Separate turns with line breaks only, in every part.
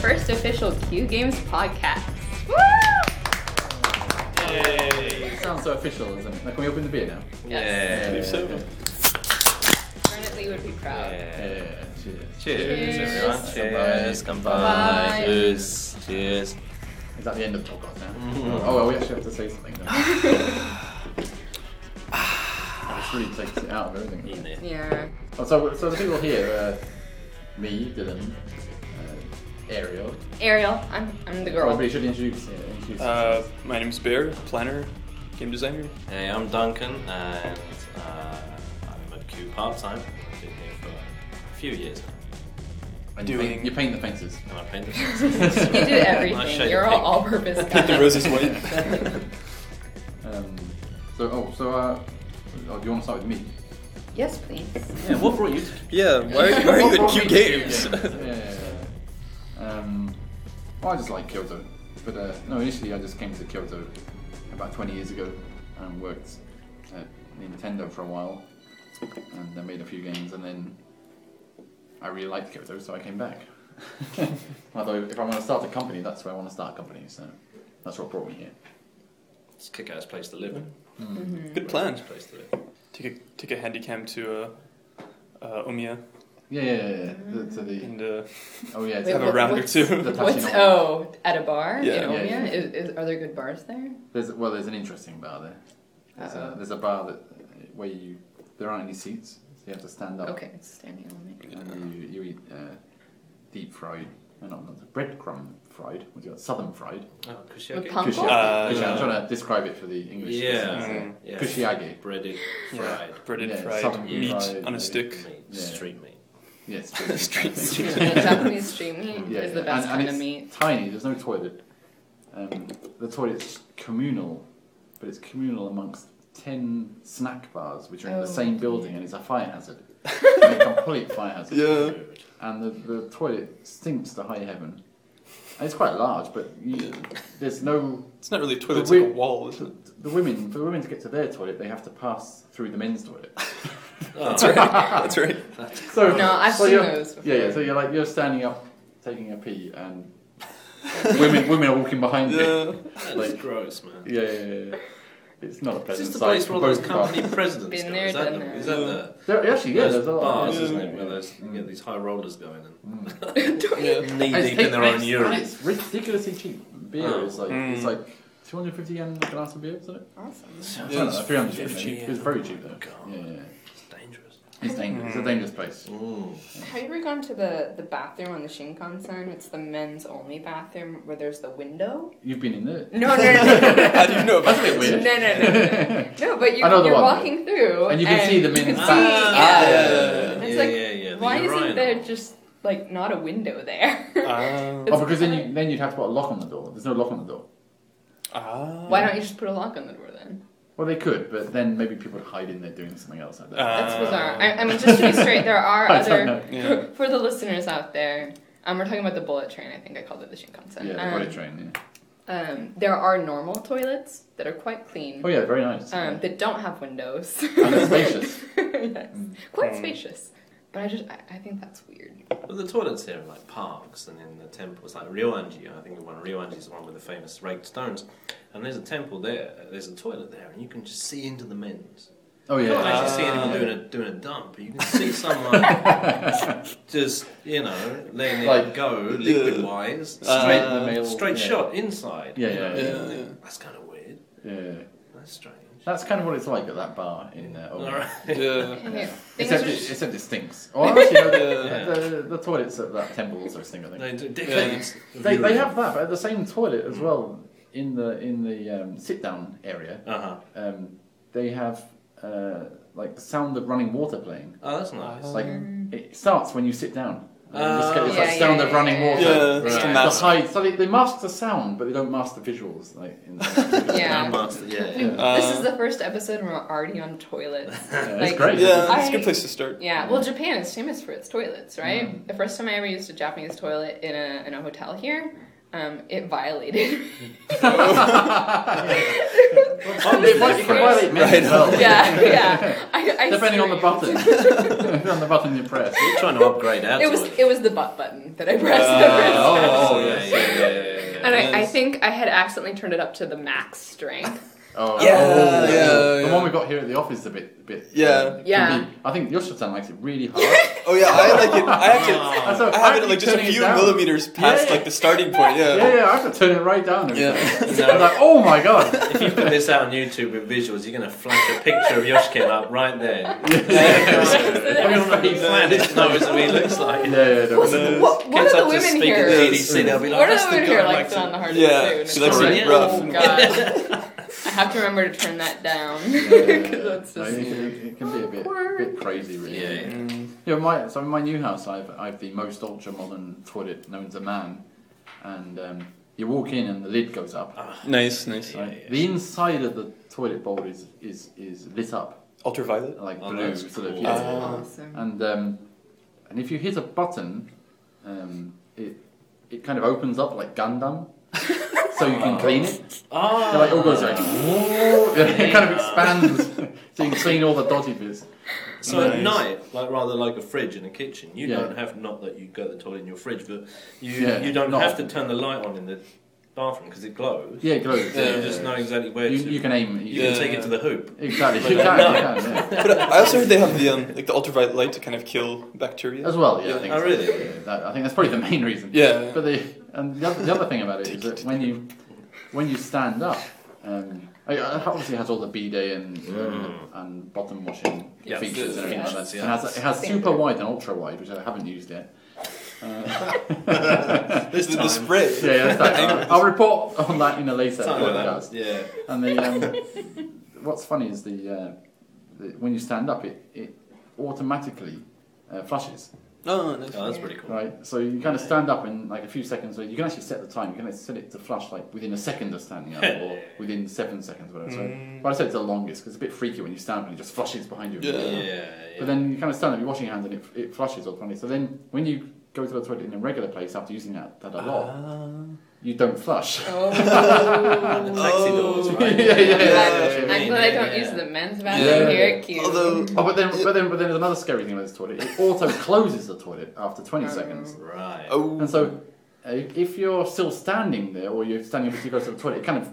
first official Q Games podcast. Woo!
Yay.
Sounds so official, isn't it? Like, can we open the beer
Eh,
now?
Yes.
I believe
Eh,
so.
Bernard Lee would be proud.
Yeah, cheers.
Cheers,
Cheers.
everyone.
Cheers.
Bye.
Goodbye. Cheers. Cheers.
Is that the end of the podcast now?
Mm.
Oh, well, we actually have to say something now. This really takes it out of everything.
In there.
Yeah.
Oh, so, so the people here, uh, me, Dylan, uh, Ariel.
Ariel, I'm, I'm the girl.
Probably should introduce. Uh, introduce
Uh, my name's Bear, planner, game designer.
Hey, I'm Duncan, and uh, I'm a Q part time. I've been here for a few years now,
and you paint,
doing-
you paint the fences.
and I paint the
you do
Nice
everything.
shade
You're
of
all all
pink.
purpose guy.
Paint the roses white.
Um, so, oh, so, uh, oh, do you want to start with me?
Yes, please.
Yeah, what brought you to
Yeah, why, why are
What
you
brought
at Q
me to
Games?
yeah, yeah, yeah. Um, well, I just like Kyoto, but uh, no, initially I just came to Kyoto about 20 years ago and worked at Nintendo for a while, and I made a few games, and then I really liked Kyoto, so I came back. Although, if I want to start a company, that's where I want to start a company, so that's what brought me here.
It's a kick-ass place to live in.
Mm-hmm.
Good plan.
Nice place to live.
Take a take a handycam to uh, uh, Omiya
Yeah, yeah, yeah. yeah. The, to the,
and uh,
oh yeah,
have
Wait,
it's the-
a
what-
round or
what's-
two.
the
What's
Tachinomi.
O? At a bar
Yeah.
in
Yeah,
Omiya?
yeah.
Is, is, are there good bars there?
There's well, there's an interesting bar there. There's a,
Uh-oh.
there's a bar that where you there aren't any seats, so you have to stand up.
Okay, it's standing on me.
And you, you eat uh, deep fried, no, not, not breadcrumb fried. What's it called? Southern fried.
Oh,
With
Kushiage.
pump-
Kushi-
Uh,
kushi- I'm trying to describe it for the English.
Yeah.
listeners.
Yeah.
Kushiage.
Breaded,
Yeah,
fried,
breaded
Yeah,
fried
something
meat
fried,
on
yeah.
a stick.
meat,
Yeah.
street meat.
Yes. breaded
Street
fried.
food.
Yeah, Japanese street meat
Yeah,
is
yeah.
the best
and,
kind of
and it's
meat.
Tiny. There's no toilet. Um, the toilet's communal, but it's communal amongst ten snack bars, which are in
Oh,
the same building,
yeah.
and it's a fire hazard. a complete fire hazard.
Yeah.
and the, the toilet stinks to high heaven. And it's quite large, but you, there's no
It's not really a toilet, it's
The
like a
wi-
wall, is it?
the women for women to get to their toilet. They have to pass through the men's toilet. Oh.
Oh.
That's right. That's right.
So
No, I've
so
seen
you're-
those
Yeah, yeah. So you're like you're standing up, taking a pee, and women women are walking behind you.
Yeah.
That's
Like-
gross, man.
Yeah, yeah, yeah. yeah. It's not a
Is
pleasant
this the
sight
place
for
where all those
both parties.
company presidents
Been
go?
there,
Is that
done
the,
that.
is that the
There, actually, yeah,
those
there's a lot. Mm.
bars,
yeah,
isn't
yeah,
it? Where
yeah.
those, you get these high rollers going in.
Yeah.
Knee
I
deep in their
think
own
I-
And
urine.
it's ridiculously cheap. Beer
Oh.
is like it's
Mm.
like 250 yen a glass of beer, isn't it?
Awesome.
I don't know, 300 yen.
it's
maybe.
cheap,
It's
yeah. Oh,
very cheap though.
God.
Yeah, yeah.
It's dangerous.
It's dangerous. It's a dangerous place.
Have you ever gone to the, the bathroom on the Shinkansen? It's the men's only bathroom where there's the window.
You've been in there.
No, no, no, no, no,
How do you know about
That's a
it?
bit
no,
weird.
no, no, no. No, But you,
I know the
you're
one.
walking through,
And you can see the
you can
men's
see-
back.
yeah.
Ah, yeah,
It's
yeah,
like,
yeah, yeah.
Why
the
isn't
urinal.
there just like not a window there?
Uh,
Ah.
It's
Oh, because then you then you'd have to put a lock on the door. There's no lock on the door.
Ah.
Why don't you just put a lock on the door then?
Well, they could, but then maybe people would hide in there doing something else like that.
Uh,
That's bizarre. I, I mean, just to be straight, there are
I don't
other
know. Yeah.
for, for the listeners out there. Um, we're talking about the bullet train. I think I called it the Shinkansen.
yeah, the
um,
bullet train. Yeah.
Um, there are normal toilets that are quite clean.
Oh yeah, very nice.
um,
yeah.
that don't have windows.
And it's spacious. Hmm.
yes. Quite
Mm.
spacious. But I just, I, I think that's weird.
Well, the toilets here are like parks, and in the temples, like Ryoanji, I think the one Ryoanji is the one with the famous raked stones. And there's a temple there, there's a toilet there, and you can just see into the men's.
Oh yeah.
You don't actually see
Ah.
anyone doing a doing a dump, but you can see someone just you know letting
Like,
it go liquid wise,
Straight
straight
in the middle.
straight
yeah.
shot inside.
Yeah,
you
yeah,
know,
yeah,
and you
yeah.
think, That's kind of weird.
Yeah.
That's strange.
That's kind of what it's like at that bar in uh, Oldham.
All right.
Yeah.
Okay, Things
Except,
are
it,
just-
except it stinks. Oh, actually, no,
Yeah.
the, the, the toilets at that temple also stink. I think.
They Mm. do decades. of
They, they
urine.
have that, but at the same toilet as well in the in the um, sit down area.
Uh-huh.
Um, they have uh, like the sound of running water playing.
Oh, that's nice.
Like it starts when you sit down. And
Oh,
you just get this
Ah.
like,
Mm. Yeah,
sound
yeah,
of running
yeah,
water.
yeah. Yeah, it's
Right.
the
The
mask.
height- so they, they mask the sound, but they don't mask the visuals. Like in the,
Yeah.
Grandmaster, yeah. yeah.
Uh,
this is the first episode and we're already on toilets.
Yeah,
Like-
it's great.
Yeah, it's a
I-
good place to start.
Yeah, well, Japan is famous for its toilets, right? The first time I ever used a Japanese toilet in a, in a hotel here, um, it violated.
Oh, it might- it can violate me as well.
yeah, yeah. I, I
Depending on the
screamed.
button. Depending on the button you press.
Oh.
We're trying to upgrade our
It was
toilet.
it was the butt button that I pressed.
Uh,
oh,
Oh,
yeah,
yes.
yeah, yeah, yeah, yeah.
and I, I
Yes.
think I had accidentally turned it up to the max strength.
Oh,
Yeah,
oh,
yeah,
The
yeah.
one we got here at the office is a bit, bit. uh,
Yeah.
can
Yeah.
be- I think your Shotan likes it really hard.
Oh yeah, I like it. I have to.
And so
I have it
keep
like just a
turning it
few
down.
millimeters past
Yeah.
like the starting point. Yeah.
Yeah, yeah, I have to turn it right down. every
Yeah.
time.
No.
I'm like, oh my god.
If you put this out on YouTube with visuals, you're going to flash a picture of Yoshkin up right there.
Yeah.
Everyone on the planet knows what he looks
yeah,
like.
yeah, no,
Was-
no.
what what
Gets
are the
up to
women
speak
here?
at the GDC,
Yeah.
they'll be like,
what are
"That's
the
the
women
girl
here
I
like
liked
it on the hardest
Yeah,
soon?
she likes
it
Sorry.
rough.
Oh god. I have to remember to turn that down.
Yeah, yeah, yeah.
'Cause that's
No,
just-
it, can, it can be a bit, bit crazy, really.
Yeah, yeah.
Yeah, my so in my new house, I've I've the most ultra modern toilet known to man, and um, you walk in and the lid goes up.
Nice, nice.
right?
Ah, yeah.
The inside of the toilet bowl is is is lit up
Ultraviolet.
like
Oh,
blue,
that's
sort of.
cool.
Yeah.
Uh,
awesome.
and um, and if you hit a button, um, it it kind of opens up like Gundam, so you can clean it.
Oh,
So like it all goes like, it kind of expands, so you can clean all the dodgy bits.
So at
Nice.
night, like rather like a fridge in a kitchen, you
Yeah.
don't have not that you go to the toilet in your fridge, but you
Yeah,
you don't
not
have
often.
to turn the light on in the bathroom because it glows.
Yeah, it glows.
Yeah,
you just know exactly where
You,
to.
you can aim.
you
You
can
Yeah.
take it to the hoop.
Exactly.
Like
You
that.
can, you can, yeah.
But uh, I also heard they have the um, like the ultraviolet light to kind of kill bacteria.
As well, yeah.
Yeah.
I think
Oh,
so.
really?
Yeah, that, I think that's probably the main reason.
Yeah.
But the and the other, the other thing about it is that when you when you stand up, um, it obviously has all the bidet and um,
Mm.
and bottom washing
Yeah,
features and everything like that.
yeah.
It has it has super wide and ultra wide, which I haven't used yet. Uh,
There's the, the spray.
Yeah, yeah, that's that. I'll report on that in a later
Something like
podcast.
that. Yeah. Oh,
And the um, what's funny is the, uh, the when you stand up, it it automatically uh, flushes.
Oh, nice.
Oh, that's pretty cool.
Right, so you kind of stand up in like a few seconds. Or you can actually set the time. You can set it to flush like within a second of standing up, or within seven seconds, whatever. So, but I said it's the longest because it's a bit freaky when you stand up and it just flushes behind you.
Yeah.
Yeah.
But then you kind of stand up, you wash your hands, and it, it flushes automatically. So then when you go to the toilet in a regular place after using that, that a lot,
Ah.
you don't flush.
the
Oh.
taxi doors,
Oh.
right?
Yeah, yeah, yeah,
That's what you
yeah,
I'm
mean,
glad I
yeah,
don't
yeah.
use the men's bathroom
Yeah.
here at Q.
Although
Oh, but then, but then, but then there's another scary thing about this toilet. It auto closes the toilet after 20 seconds.
Right.
oh,
And so, uh, if you're still standing there, or you're standing up to go to the toilet, it kind of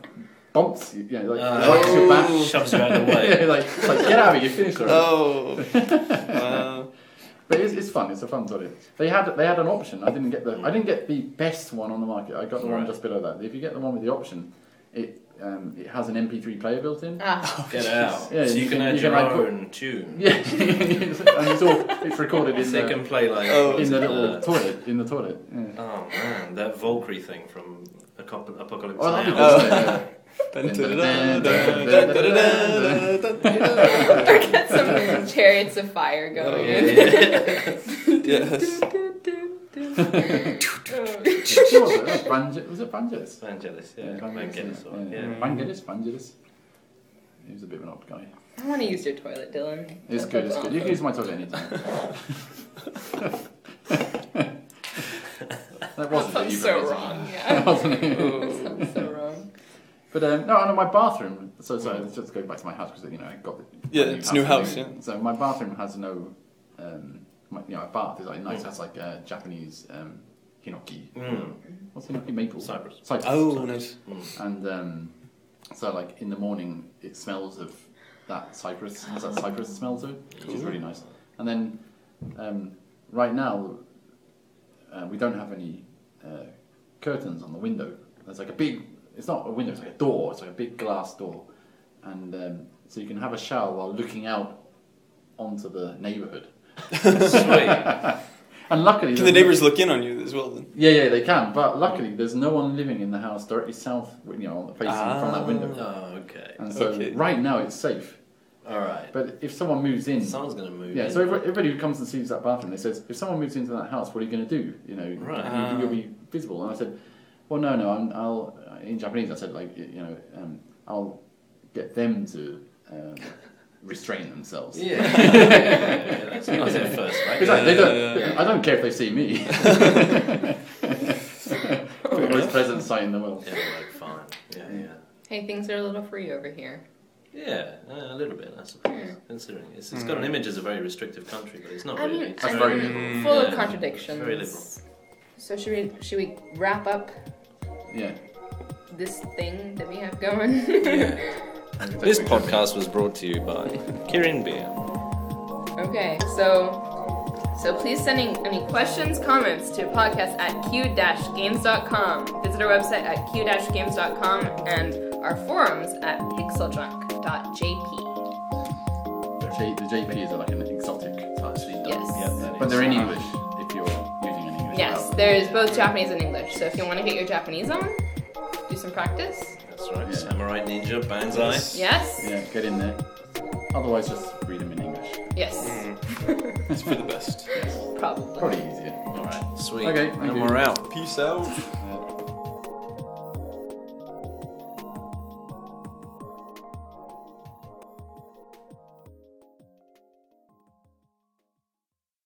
bumps you, you know, like,
Uh,
knocks you back.
Shoves you out of the
yeah,
way.
like, it's like, get out of here, you finished already.
oh,
uh.
wow.
But it's, it's fun. It's a fun toilet. They had they had an option. I didn't get the I didn't get the best one on the market. I got the one
Right.
just below that. If you get the one with the option, it um, it has an MP3 player built in.
Ah,
Get out.
Yeah,
so you,
you
can
can-
add
you
your
can, like, put-
own tune.
Yeah, and it's all it's recorded in
So you can
the,
play like
Oh,
in the
uh,
little toilet in the toilet. Yeah.
Oh man, that Valkyrie thing from Acop- Apocalypse
Oh, that'd be
Now.
cool. Yeah.
get some chariots of fire
Oh,
going.
Yes.
Oh.
What was it? That was Banjo- Was it Banjos?
Vangelis, yeah, Vangelis,
Vangelis.
one,
yeah.
yeah.
Vangelis, Vangelis. He was a bit of an odd guy.
I want to use your toilet, Dylan.
It's
That
good,
sounds
it's good. You can use
awesome.
my toilet anytime. that wasn't
That
it, you
sounds so
realised.
wrong. Yeah.
Wasn't it?
That sounds so wrong.
But um, no, no, my bathroom. So sorry, let's just go back to my house because you know I got. The,
Yeah,
my
it's a new house,
and- So my bathroom has no, um, my, you know, my bath is like nice. It has like uh, Japanese um, hinoki.
Mm.
What's hinoki maple?
Cypress.
Cypress.
Oh, nice.
And um, so, like in the morning, it smells of that cypress. Has that cypress smell to it, which is really nice. And then, um, right now, uh, we don't have any uh, curtains on the window. There's like a big. It's not a window. It's like a door. It's like a big glass door, and um, so you can have a shower while looking out onto the neighbourhood.
Sweet.
And luckily,
Can the
there's-
neighbors look in on you as well then?
Yeah, yeah, they can. But luckily, there's no one living in the house directly south. You know, facing from that window.
Oh, okay.
And so
Okay.
right now it's safe,
All right.
but if someone moves in,
Someone's gonna move.
yeah.
in.
So every- everybody who comes and sees that bathroom, they says, if someone moves into that house, what are you going to do? You know,
Right.
and you, will be visible. And I said, well, no, no. I'm, I'll in Japanese, I said like y- you know, um, I'll get them to um, restrain themselves.
yeah. yeah, yeah, yeah, that's what I said first, right?
Exactly.
Yeah,
they don't,
yeah,
I don't care if they see me. Put most pleasant sight in the world.
Yeah, like fine. Yeah, yeah.
Hey, things are a little free over here.
Yeah, uh, a little bit, I suppose. Considering it's, it's got an
Mm.
image as a very restrictive country, but it's not
I
really.
mean,
It's
I'm
That's
very
very
liberal.
liberal.
full
Yeah,
of contradictions.
very liberal.
So should we should we wrap up
Yeah.
this thing that we have going?
This podcast was brought to you by Kirin Beer.
Okay, so so please send in any questions, comments to podcast at q-games.com. Visit our website at q-games.com and our forums at pixeljunk.jp.
J- the JPs are like an exotic type.
Yes.
But they're in English if you're using an English.
Yes,
vowel.
there's both Japanese and English. So if you want to get your Japanese on, do some practice.
That's right.
Yeah.
Samurai Ninja, Banzai.
Yes.
Yeah, get in there. Otherwise, just read them in English.
Yes.
It's for the best.
Probably.
Probably easier.
All right, sweet.
Okay,
and
thank you.
we're out.
Peace out.
Uh,